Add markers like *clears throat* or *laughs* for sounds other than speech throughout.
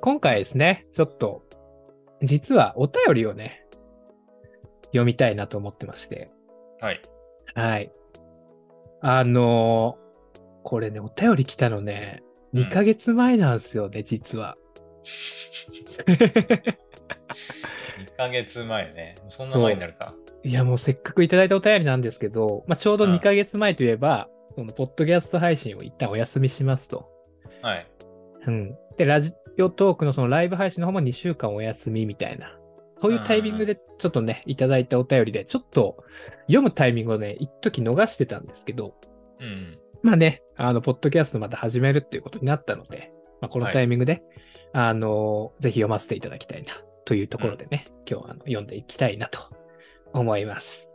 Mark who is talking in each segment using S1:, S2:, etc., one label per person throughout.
S1: 今回ですね、ちょっと、実はお便りをね、読みたいなと思ってまして。
S2: はい。
S1: はい。あのーこれね、お便り来たのね、2ヶ月前なんですよね、実は。
S2: 2ヶ月前ね。そんな前になるか。
S1: いや、もうせっかくいただいたお便りなんですけど、まあ、ちょうど
S2: うん
S1: 2ヶ月前といえば、その、ポッドキャスト配信を一旦お休みしますと。
S2: はい。
S1: うん。で、ラジオトークのそのライブ配信の方も2週間お休みみたいな。そういうタイミングでちょっとね、いただいたお便りで、ちょっと読むタイミングをね、一時逃してたんですけど、
S2: うん。
S1: まあね、あの、ポッドキャストまた始めるっていうことになったので、まあ、この
S2: はい
S1: タイミングで、あの、ぜひ読ませていただきたいな、というところでね、今日はあの読んでいきたいなと思います。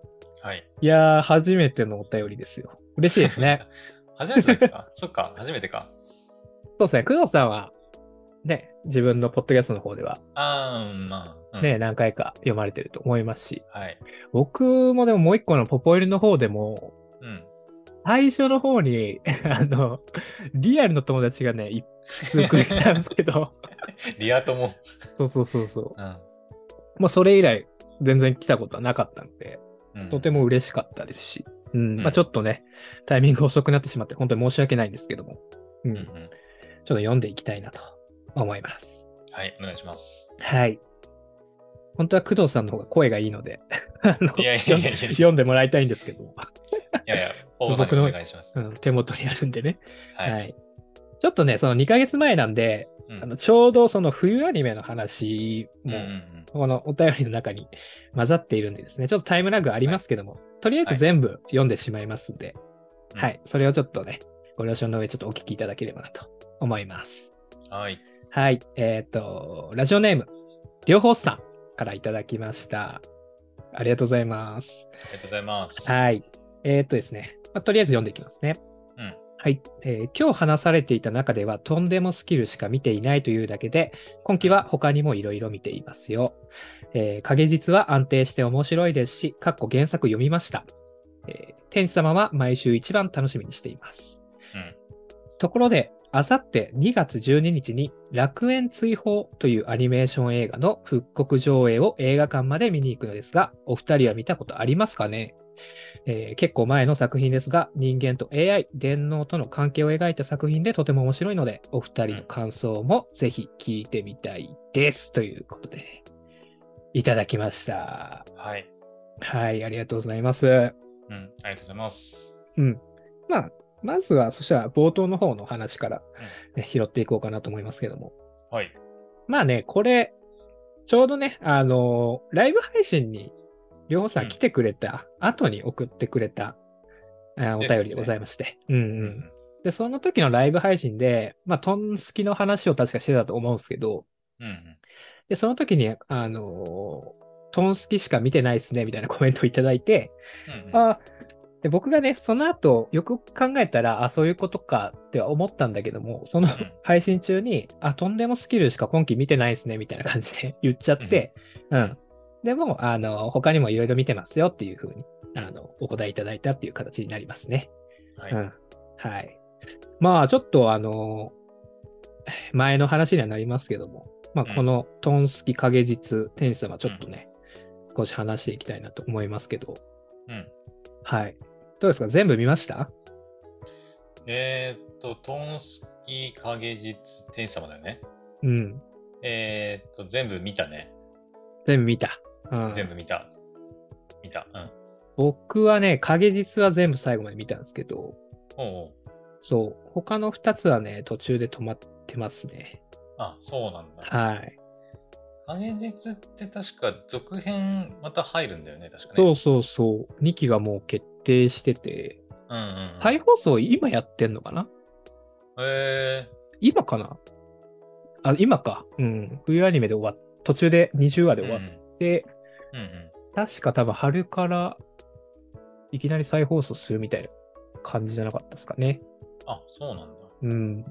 S2: はい。
S1: いやー、初めてのお便りですよ。嬉しいです *laughs* ね。。
S2: *laughs* 初めてだっけか。そっか、初めてか。
S1: そうですね、工藤さんは、ね、自分のポッドキャストの方では、
S2: あー、うんまあ。うん
S1: ね、何回か読まれてると思いますし、
S2: はい。
S1: 僕もでももう一個のポポイルの方でも、
S2: うん。
S1: 最初の方に、 *laughs* あの、リアルの友達がね、一通くれたんですけ
S2: *laughs*
S1: ど、
S2: リア友。
S1: そうそうそうそう。
S2: うん。
S1: まあ、それ以来、全然来たことはなかったので、
S2: うん
S1: とても嬉しかったですし、うん、
S2: うん
S1: まあ、ちょっとね、タイミング遅くなってしまって、本当に申し訳ないんですけども、うん、
S2: うんう
S1: ちょっ
S2: ん。
S1: と読んでいきたいなと思います。
S2: はい、お願いします。
S1: はい。本当は工藤さんの方が声がいいので、 *laughs* あの
S2: いやいやいやいや
S1: 読んでもらいたいんですけど、
S2: い
S1: *laughs*
S2: やいや、大場さんにお願いします
S1: う。ん、手元にあるんでね。
S2: はい。
S1: ちょっとね、その2ヶ月前なんで、
S2: うん
S1: あのちょうどその冬アニメの話
S2: うんう
S1: も、
S2: ん
S1: このお便りの中に混ざっているんでですね、ちょっとタイムラグありますけども、とりあえず全部読んでしまいますんで、
S2: うん
S1: はい、それをちょっとね、ご了承の上、ちょっとお聞きいただければなと思います。
S2: うん。はい。
S1: はい、えっ、と、ラジオネーム、両方さんからいただきました。ありがとうございます。
S2: ありがとうございます。い。
S1: はい。えーっとですね、まあとりあえず読んでいきますね。
S2: うん
S1: はい、えー今日話されていた中では、とんでもスキルしか見ていないというだけで、今期は他にもいろいろ見ていますよ。えー影実は安定して面白いですし、かっこ原作読みました。えー天使様は毎週一番楽しみにしています。
S2: うん
S1: ところで、あさって2月12日に楽園追放というアニメーション映画の復刻上映を映画館まで見に行くのですが、お二人は見たことありますかね、えー結構前の作品ですが、人間と AI、電脳との関係を描いた作品でとても面白いので、お二人の感想もぜひ聞いてみたいです。ということで、いただきました。
S2: はい。
S1: はい、ありがとうございます。
S2: うん。ありがとうございます。
S1: うん。まあ、まずは、そしたら冒頭の方の話から、ね拾っていこうかなと思いますけども。
S2: はい。
S1: まあね、これ、ちょうどね、あのーライブ配信に、両方さ
S2: うん
S1: ん来てくれた、後に送ってくれた、あお便
S2: ですね
S1: りでございまして。うん
S2: う
S1: うん。。で、その時のライブ配信で、まあ、トンスキの話を確かしてたと思うんですけど、
S2: うん。
S1: で、その時に、あのートンスキしか見てないっすね、みたいなコメントをいただいて、
S2: うん。うん。
S1: あで僕がね、その後、よく考えたら、あ、そういうことかっては思ったんだけども、その
S2: うん
S1: 配信中に、あ、とんでもスキルしか今期見てないですね、みたいな感じで *laughs* 言っちゃって、うん。でも、あの、他にもいろいろ見てますよっていうふうに、あの、お答えいただいたっていう形になりますね。
S2: は
S1: う
S2: い。
S1: ん。はい。まあ、ちょっとあの、前の話にはなりますけども、ま
S2: うん
S1: あ、このトンスキ影実、天使様、ちょっとね、少し話していきたいなと思いますけど、
S2: うん。
S1: はい。どうですか全部見ました
S2: えーっと、トンスキー影実天使様だよね。
S1: うん。
S2: えーっと、全部見たね。
S1: 全部見た。うん、
S2: 全部見た。見た。うん。
S1: 僕はね、影実は全部最後まで見たんですけど、
S2: おうおう。
S1: そう、他の2つはね、途中で止まってますね。
S2: あ、そうなんだ。
S1: はい。
S2: 影実って確か続編また入るんだよね、確かね。。
S1: そううそうそう、2期がもう決定してて、
S2: うんうんうん。
S1: 再放送今やってんのかな
S2: え
S1: 今かなあ、今か。うん。冬アニメで終わっ途中で20話
S2: ー。
S1: で終わ
S2: うん
S1: って、
S2: うんうん。
S1: 確か多分春からいきなり再放送するみたいな感じじゃなかったですかね。
S2: あ、そうなんだ。
S1: うん。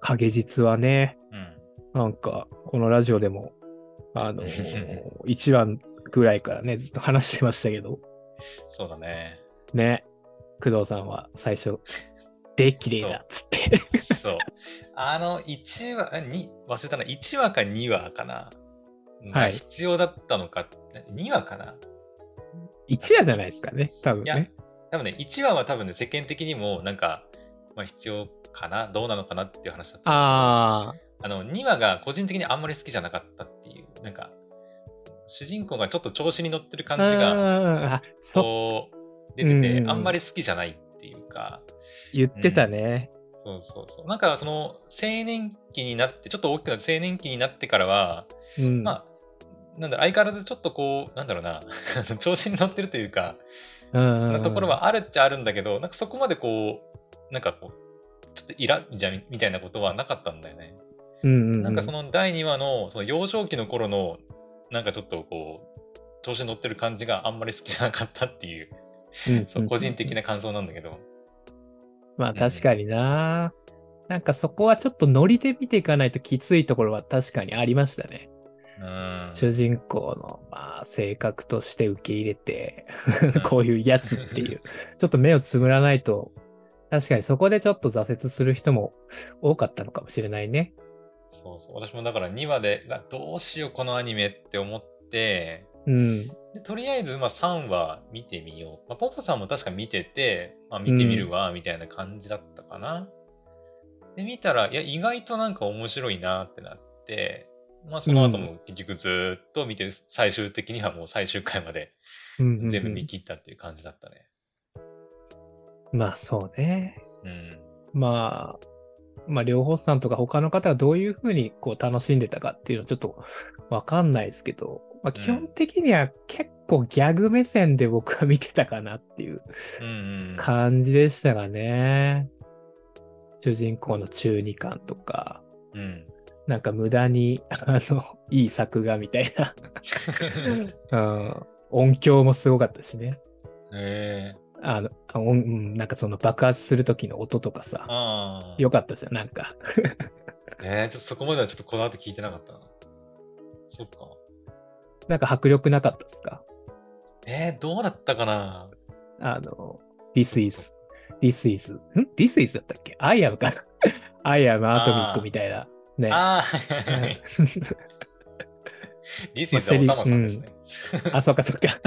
S1: 影実はね、
S2: うん。
S1: なんか、このラジオでも、あ
S2: *laughs*
S1: のー、1話ぐらいからね、ずっと話してましたけど、
S2: そうだね。
S1: ね、工藤さんは最初、で、綺麗だっつって。 *laughs*
S2: そう。 *laughs* あの、1話、に忘れたな、1話か2話かな。
S1: はい
S2: 必要だったのか、2話かな。
S1: 一話じゃないですかね、多分
S2: いや
S1: ね。
S2: 多分ね、1話は多分ね、世間的にも、なんか、まあ、必要かな、どうなのかなっていう話だった。
S1: あ
S2: あの、2話が個人的にあんまり好きじゃなかったっていう、なんか、主人公がちょっと調子に乗ってる
S1: あ、
S2: 感じが、
S1: うんあ、そう、
S2: そう、出て
S1: うんう
S2: て
S1: ん、うん
S2: あんまり好きじゃないっていうか、
S1: 言ってたね。
S2: そうそうそう。なんかその青年期になって、ちょっと大きくなって青年期になってからは、
S1: うん。
S2: まあ、なんだろう相変わらずちょっとこう、なんだろうな、 *laughs* 調子に乗ってるというか、
S1: うんうんう
S2: なんところはあるっちゃあるんだけど、なんかそこまでこう、なんかこう、ちょっとイラッじゃみみたいなことはなかったんだよね。
S1: うんうん、
S2: なんかそ
S1: の、
S2: の第2話のその幼少期の頃の、なんかちょっとこう、調子に乗ってる感じがあんまり好きじゃなかったっていう、 *laughs* そう個人的
S1: な。
S2: な感想なんだけど。
S1: まあ確かにな。なんかそこはちょっとノリで見ていかないときついところは確かにありましたね。
S2: うん。
S1: 主人公の、まあ、性格として受け入れて
S2: うん、
S1: *laughs* こういうやつっていう、ちょっと目をつむらないと、確かにそこでちょっと挫折する人も多かったのかもしれないね。
S2: そうそう。私もだから2話で、がどうしようこのアニメって思って、
S1: うん。
S2: でとりあえずまあ3話見てみよう。まあ、ポポさんも確か見てて、まあ、見てみるわ、みたいな感じだったかな。で、見たら、いや、意外となんか面白いなってなって、まあその後も結局ずーっと見て、最終的にはもう最終回まで
S1: うんうんうん
S2: 全部見切ったっていう感じだったね。
S1: まあそうね。
S2: うん。
S1: まあ、まあ、両方さんとか他の方がどういうふうにこう楽しんでたかっていうのはちょっとわかんないですけど、まあ、基本的には結構ギャグ目線で僕は見てたかなっていう
S2: うんうん。
S1: 感じでしたがね。主人公の中二感とか、
S2: うん。 *laughs*
S1: なんか無駄に、あの、いい作画みたいな、 *laughs* うん、音響もすごかったしね。
S2: ええ
S1: あの、あ音うんなんかその爆発する時の音とかさ、
S2: ああ。
S1: 良かったじゃん、なんか。
S2: えー、ちょっとそこまではちょっとこだわって聞いてなかったな。そっか。
S1: なんか迫力なかったですか
S2: えー、どうだったかな
S1: あの、This is, This is, ん ?This is だったっけ ?I am かな *laughs* ?I am アートミックみたいな。ね。
S2: ああ、はいはいはい。リスイズはおたまさんですね。
S1: *laughs* あ、そっかそっか。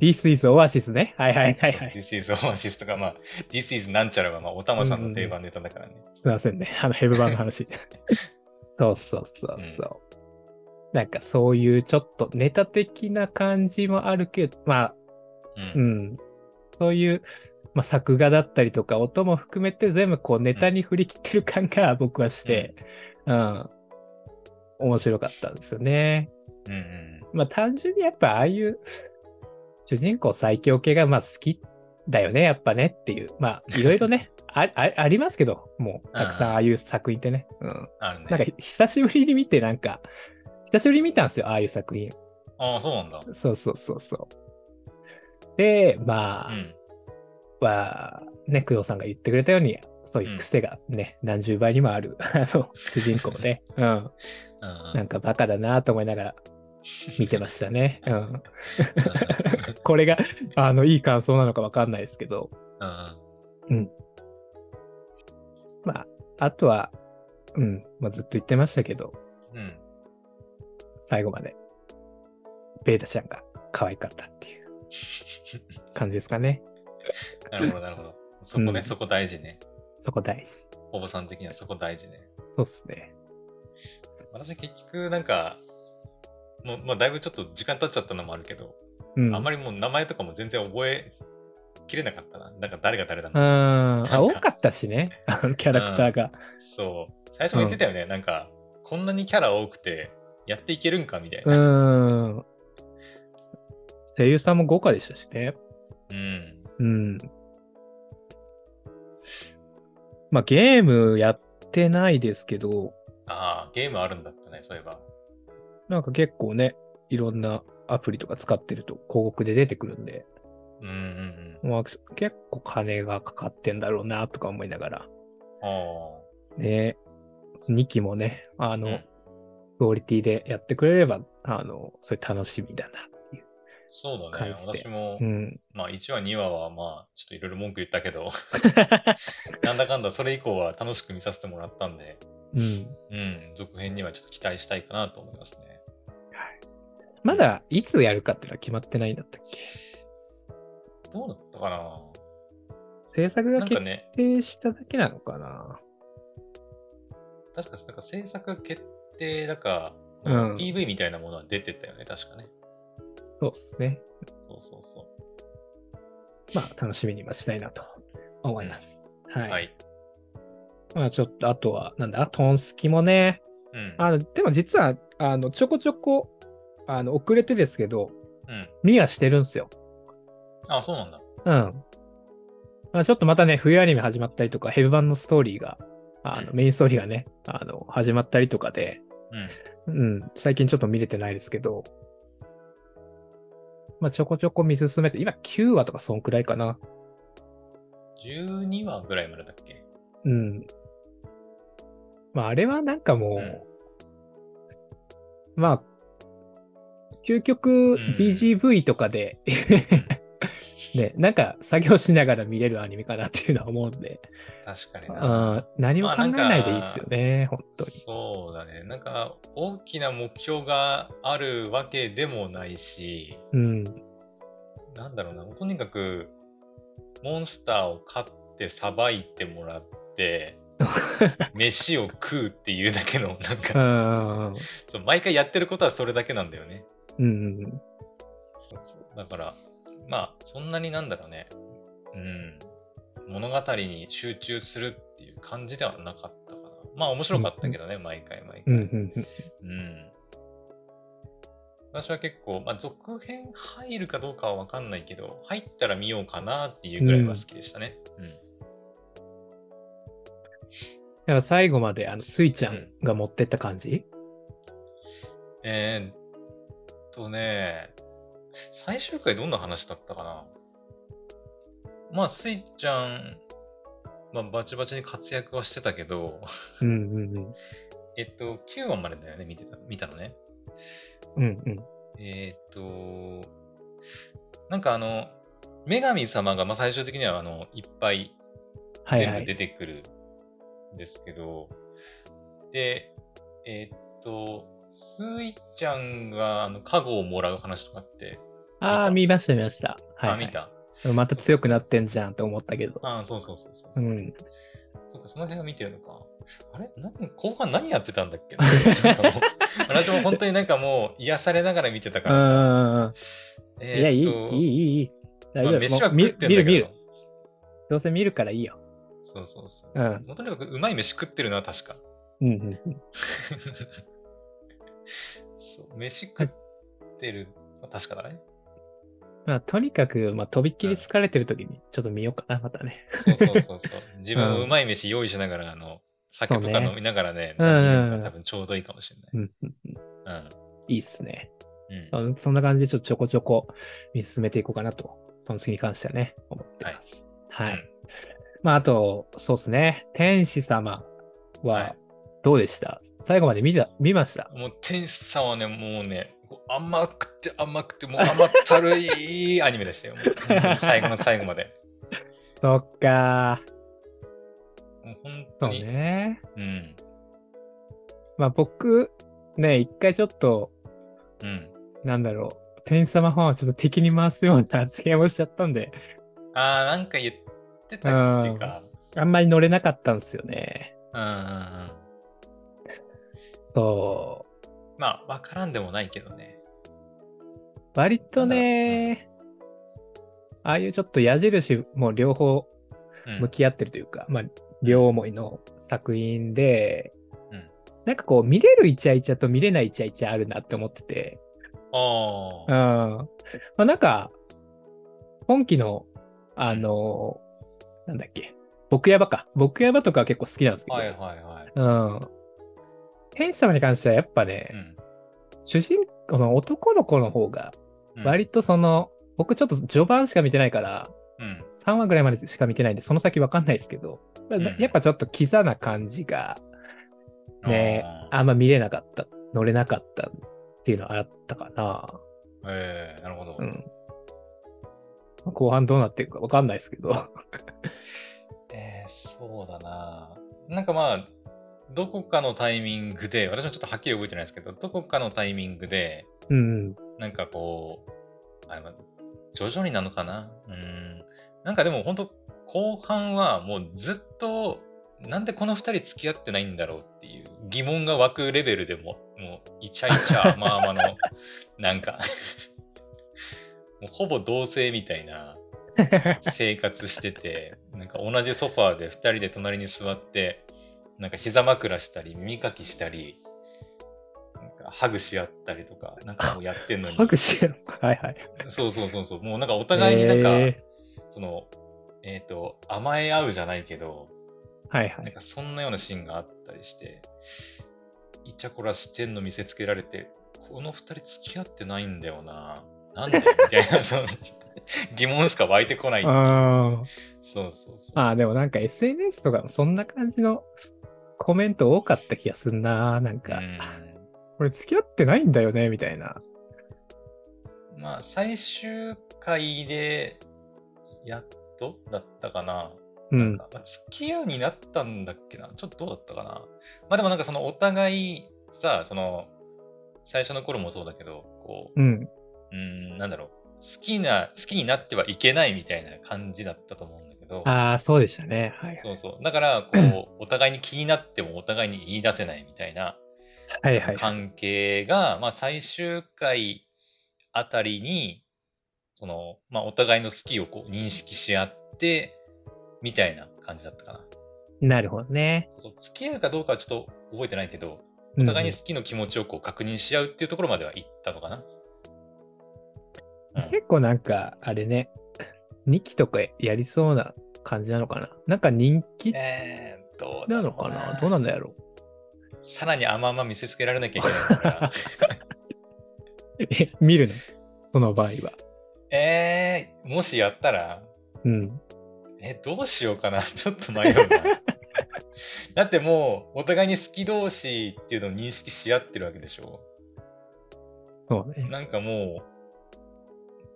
S1: This is Oasis ね。はいはいはいはい。
S2: リスイズオアシスとか、まあ、リスイズなんちゃらは、まあ、おたまさんの定番ネタだからね。
S1: すいませんね。あの、ヘブ版の話。 *laughs* そうそうそうそう。なんかそういうちょっとネタ的な感じもあるけど、まあ、
S2: うん。
S1: うん。そういう、まあ、作画だったりとか音も含めて全部こうネタに振り切ってる感が僕はして、うん、面白かったんですよね。
S2: うんうん
S1: まあ単純にやっぱああいう主人公最強系がまあ好きだよね、やっぱねっていう。まあいろいろね、 *laughs* ああありますけど、もうたくさんああいう作品ってね。うん。
S2: あるね。
S1: なんか久しぶりに見てなんか、久しぶりに見たんですよ、ああいう作品。
S2: ああ、そうなんだ。
S1: そうそうそうそう。で、まあ、
S2: うん。
S1: は、ね、工藤さんが言ってくれたように、そういう癖がね、何十倍にもある、 *laughs* あの、主人公で、うん、
S2: うん
S1: なんかバカだなと思いながら見てましたね。うん。
S2: うん
S1: *laughs* これが、あの、いい感想なのかわかんないですけど、
S2: うん
S1: まあ、あとは、うん、まあ、ずっと言ってましたけど、
S2: うん。 *laughs* うん
S1: 最後まで、ベータちゃんが可愛かったっていう感じですかね。
S2: なるほど、なるほど。そこ
S1: う
S2: ね、
S1: ん
S2: そこ大事ね。
S1: そこ大事。
S2: おばさん的にはそこ大事ね。
S1: そうっすね。
S2: 私結局なんか、もうまあ、だいぶちょっと時間経っちゃったのもあるけど、
S1: うん。
S2: あんま
S1: り
S2: りもう名前とかも全然覚えきれなかったな。なんか誰が誰だ
S1: うん。
S2: な。
S1: あ、多かったしね。 *laughs* あのキャラクターが。
S2: そう。最初も言ってたよね。なんか、こんなにキャラ多くて、やっていけるんかみたいうな。
S1: ーん。声優さんも豪華でしたしね。
S2: うん。
S1: うん。まあゲームやってないですけど、
S2: ああ、ゲームあるんだったね、そういえば。
S1: なんか結構ね、いろんなアプリとか使ってると広告で出てくるんで、
S2: うんうんうん。
S1: まあ、結構金がかかってんだろうなとか思いながら。
S2: あ
S1: ね、2期もね、あの、
S2: うん
S1: クオリティでやってくれれば、あの、それ楽しみだなっていう
S2: そうだ
S1: 感
S2: ね
S1: じ。て
S2: 私も、
S1: うん。
S2: まあ1話、2話はまあちょっといろいろ文句言った
S1: *laughs*
S2: けど、なんだかんだそれ以降は楽しく見させてもらったんで、
S1: うん。
S2: うん、続編にはちょっと期待したいかなと思いますね。
S1: まだいつやるかっていうのは決まってないんだったっけ
S2: どうだったかな
S1: 制作が
S2: なんか
S1: 決
S2: ね、
S1: 定しただけなのかな
S2: 確かなんか制作が決定だか、
S1: うん
S2: PV みたいなものは出てたよね、確かね。
S1: そうですね。
S2: そうそうそう。
S1: まあ、楽しみにはしたいなと思います。はい。
S2: はい。
S1: まあ、ちょっと、あとは、なんだ、トンスキもね、
S2: うん。
S1: あのでも実は、あの、ちょこちょこ、あの、遅れてですけど、
S2: うん。
S1: 見はしてるんですよ。
S2: あ、そうなんだ。
S1: うん。まあ、ちょっとまたね、冬アニメ始まったりとか、ヘブ版のストーリーが、あの、
S2: うん
S1: メインストーリーがね、あの、始まったりとかで、
S2: うん。
S1: うん、最近ちょっと見れてないですけど、まあ、ちょこちょこ見進めて、今9話とかそんくらいかな。
S2: 12話ぐらいまでだっけ
S1: うん。まあ、あれはなんかも
S2: うん
S1: う、まあ、究極
S2: うん
S1: BGV とかで、 *laughs* ね、なんか作業しながら見れるアニメかなっていうのは思うんで、
S2: 確かにな。
S1: あー何も
S2: まあ
S1: 考
S2: な
S1: え
S2: んか
S1: ないでいいっすよね、本当に。
S2: そうだね。なんか、大きな目標があるわけでもないし、
S1: うん、
S2: なんだろうな、とにかく、モンスターを飼って、さばいてもら
S1: *laughs*
S2: って、飯を食うっていうだけの、なん
S1: う
S2: か、
S1: ん、
S2: そう毎回やってることはそれだけなんだよね。
S1: うん、
S2: そうそうだから、まあ、そんなになんだろうね、うん、物語に集中するっていう感じではなかったかな。まあ、面白かったけどね、毎回毎回。
S1: うん、うん、
S2: うん私は結構、まあ、続編入るかどうかは分かんないけど、入ったら見ようかなっていうぐらいは好きでしたね。
S1: だから最後まで、あの、スイちゃ
S2: うんん
S1: が持ってった感じ、
S2: えー、っとね、最終回どんな話だったかなまあ、スイちゃん、まあ、バチバチに活躍はしてたけど、 *laughs*
S1: うん、うん、うん、
S2: えっと、9話までだよね、見てた見たのね。
S1: うん、うん。
S2: えーっと、なんかあの、女神様が、まあ、最終的にはあのいっぱい
S1: はいは
S2: 全部
S1: い
S2: 出。てくるんですけど、で、えーっと、スイちゃんがあの家具をもらう話とかって、
S1: ああ、見ました、見ました。はい、はい。
S2: あ、見た。
S1: また強くなってんじゃんと思ったけど。
S2: あそうそうそうそう
S1: う
S2: そう。
S1: ん。
S2: そうか、その辺は見てるのか。あれ何後半何やってたんだっけなん
S1: *laughs*
S2: かもう私も本当になんかもう癒されながら見てたからさ。
S1: い
S2: えーっと
S1: や、いい、いい、いい。大
S2: まあ、
S1: 丈
S2: 飯
S1: 夫。も
S2: は
S1: う
S2: 食
S1: 見
S2: っ
S1: る
S2: てんだけど。
S1: 見る、見る。どうせ見るからいいよ。
S2: そうそうそう。
S1: うん。うん
S2: もうとにかくうまい飯食ってるな、確か。
S1: う
S2: *laughs*
S1: んうん。
S2: そう、飯食ってる、確かだね。
S1: まあ、とにかく、まあ、とびっきり疲れてる時に、ちょっと見ようかな、またね。
S2: そうそうそうそう。
S1: *laughs*
S2: 自分もうまい飯用意しながら、あの、酒と
S1: そう
S2: か
S1: ね
S2: 飲みながらね、
S1: うんうんうん
S2: 見るのが多分ちょうどいいかもしれない。
S1: うんうんうん
S2: うん。
S1: いいっすね。
S2: うん
S1: あのそんな感じで、ちょっとちょこちょこ見進めていこうかなと、トンスキに関してはね、思ってます。はい。
S2: うん
S1: まあ、あと、そうっすね。天使様
S2: は、
S1: はいどうでした、最後まで見た、見ました。
S2: もう天使さんはね、もうね、こう甘くて甘くて、もう甘ったるいアニメでしたよ。もう本
S1: *laughs*
S2: 当に最後の最後まで。
S1: そっかー。
S2: もう本
S1: そ
S2: 当
S1: う
S2: に。
S1: ね。
S2: うん。
S1: まあ僕、ね、一回ちょっと、
S2: うん。
S1: なんだろう、天使様ファンをちょっと敵に回すような発言をしちゃったんで、
S2: ああ、なんか言ってたっけか。
S1: あんまり乗れなかったんですよね。
S2: うんうんうん。
S1: そ
S2: まあ、わからんでもないけどね。
S1: う。割とね、ああいうちょっと矢印も両方
S2: うん
S1: 向き合ってるというか、まあ、両思いの作品で、
S2: うん
S1: なんかこう、見れるイチャイチャと見れないイチャイチャあるなって思ってて、
S2: あ
S1: うん。
S2: あ。
S1: まあ、なんか、今期の、あのーなんだっけ、僕やばか。僕やばとかは結構好きなんですけど、
S2: はいはいはい。
S1: うん。天使様に関してはやっぱね、
S2: うん。
S1: 主人公の男の子の方が、
S2: うん
S1: 割とその、僕ちょっと序盤しか見てないから、
S2: うん。
S1: 3話ぐらいまでしか見てないんで、その先わかんないですけど、
S2: ん
S1: やっぱちょっとキザな感じが、ね
S2: あー
S1: あんま見れなかった、乗れなかったっていうのはあったかな。
S2: ええなるほど。
S1: うん。後半どうなっていくかわかんないですけど。 *laughs*
S2: えー、そうだな。なんかまあ、どこかのタイミングで、私もちょっとはっきり覚えてないですけど、どこかのタイミングで、
S1: うん。
S2: なんかこう、あれは徐々になのかなうん。なんかでも本当後半はもうずっと、なんでこの二人付き合ってないんだろうっていう疑問が湧くレベルでも、もうイチャイチャまあまあの、なんか、もうほぼ同性みたいな生活してて、なんか同じソファーで二人で隣に座って、なんか膝枕したり、耳かきしたり、なんかハグし合ったりとか、なんかもうやってんのに。
S1: 拍手。はいはい。
S2: そうそうそうそう。もうなんかお互いになんか、
S1: え
S2: その、えっ、と、甘え合うじゃないけど、
S1: ーはいは
S2: なん
S1: い。
S2: かそんなようなシーンがあったりして、イチャコラしてんの見せつけられて、この二人付き合ってないんだよな。なんでみた
S1: *laughs*
S2: いな、その、疑問しか湧いてこない。
S1: あ
S2: そうそうそう。
S1: あー、でもなんか SNS とかもそんな感じのコメント多かった気がすんな。なんか、
S2: う
S1: これ付き合ってないんだよね、みたいな。
S2: んまあ、最終回で、やっとだったかな。
S1: う
S2: なん
S1: ん。
S2: か、まあ、付き合うになったんだっけなちょっとどうだったかなまあでもなんかそのお互いさその最初の頃もそうだけどこう
S1: うん。
S2: うーんなんだろう好きな好きになってはいけないみたいな感じだったと思うんだけど
S1: ああ、そうでしたね。はい
S2: そうそうだからこ
S1: *clears throat*
S2: うお互いに気になってもお互いに言い出せないみたいな
S1: はいはい。
S2: 関係が、まあ最終回あたりにその、まあ、お互いの好きをこう認識し合ってみたいな感じだったかな。
S1: なるほどね。
S2: そう付き合うかどうかはちょっと覚えてないけど、
S1: お
S2: お互いに好きの気持ちをこう確認し合うっていうところまでは行ったのかな。うん
S1: 結構なんか、あれね、2期とかやりそうな感じなのかな。なんか人気
S2: えー、どうだ
S1: な
S2: ろ
S1: の
S2: う
S1: かなどうなんだろ
S2: さらに甘々見せつけられなきゃいけないから。
S1: うえ見るのその場合は。
S2: えー、もしやったら、
S1: うん。
S2: え、どうしようかな。ちょっと迷 *laughs* うな。だってもう、お互いに好き同士っていうのを認識し合ってるわけでしょ。
S1: そうね。
S2: なんかも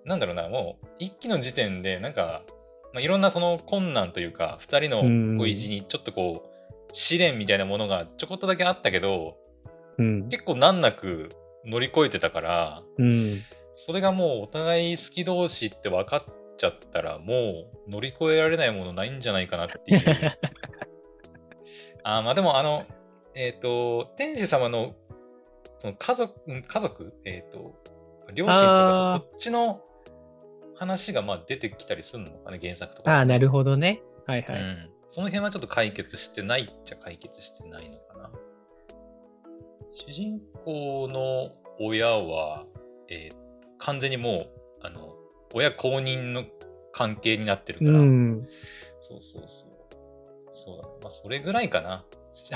S2: う、なんだろうな、もう、一期の時点で、なんか、まあ、いろんなその困難というか、二人
S1: うん
S2: のこう意地にちょっとこう、試練みたいなものがちょこっとだけあったけど、
S1: うん。
S2: 結構難なく乗り越えてたから、
S1: うん。
S2: それがもうお互い好き同士って分かっちゃったら、もう乗り越えられないものないんじゃないかなっ
S1: *laughs*
S2: ていう。あーまあでもあの、えっ、と、天使様のその家族、うん家族、えっ、と、両親とか
S1: あー
S2: そそっちの話がまあ出てきたりするのかね、原作とか。
S1: ああ、なるほどね。はいうはい。
S2: ん。その辺はちょっと解決してないっちゃ解決してないのかな。主人公の親は、えー完全にもう、あの、親公認の関係になってるから、
S1: うん。
S2: そうそうそう。そうだ、ね、まあ、それぐらいかな。 *laughs* し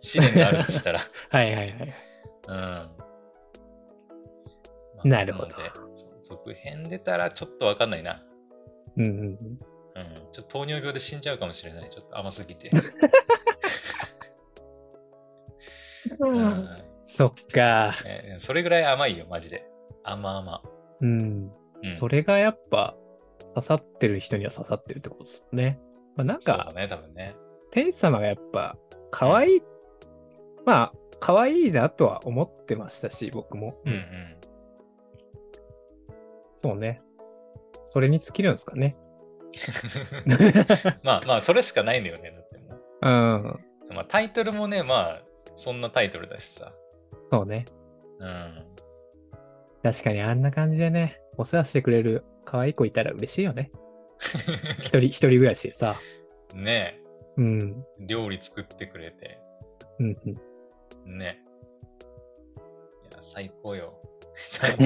S2: 試練があるとしたら。
S1: はいはいはい。
S2: うん。まあ
S1: なるほど
S2: なのでそう続編出たらちょっとわかんないな。
S1: うんうんうん。
S2: うん。ちょっと糖尿病で死んじゃうかもしれない。ちょっと甘す
S1: *laughs*
S2: ぎて。うん
S1: そっか。
S2: えーそれぐらい甘いよ、マジで。甘々。
S1: うん。
S2: うん、
S1: そ
S2: れ
S1: れがやっぱ、刺さってる人には刺さってるってことですね。まあ、なん
S2: そう
S1: か
S2: だ、ね、多分ね。
S1: 天使様がやっぱ可愛い、まあ可愛いなとは思ってましたし僕も、
S2: うんうん。 *laughs*
S1: そうねそれに尽きるんですか
S2: *laughs*
S1: ね
S2: まあまあ、それしかないんだよね、だっても
S1: うん
S2: う。まあ、タイトルもね、まあ、そんなタイトルだしさ。
S1: そうね
S2: うん。 *laughs*
S1: 確かにあんな感じでねお世話してくれる可愛い子いたら嬉しいよね一人一人暮らしでさ
S2: ね
S1: うん
S2: え料理作ってくれて。
S1: うんうん
S2: *laughs* ねえいや、最高よ。最高。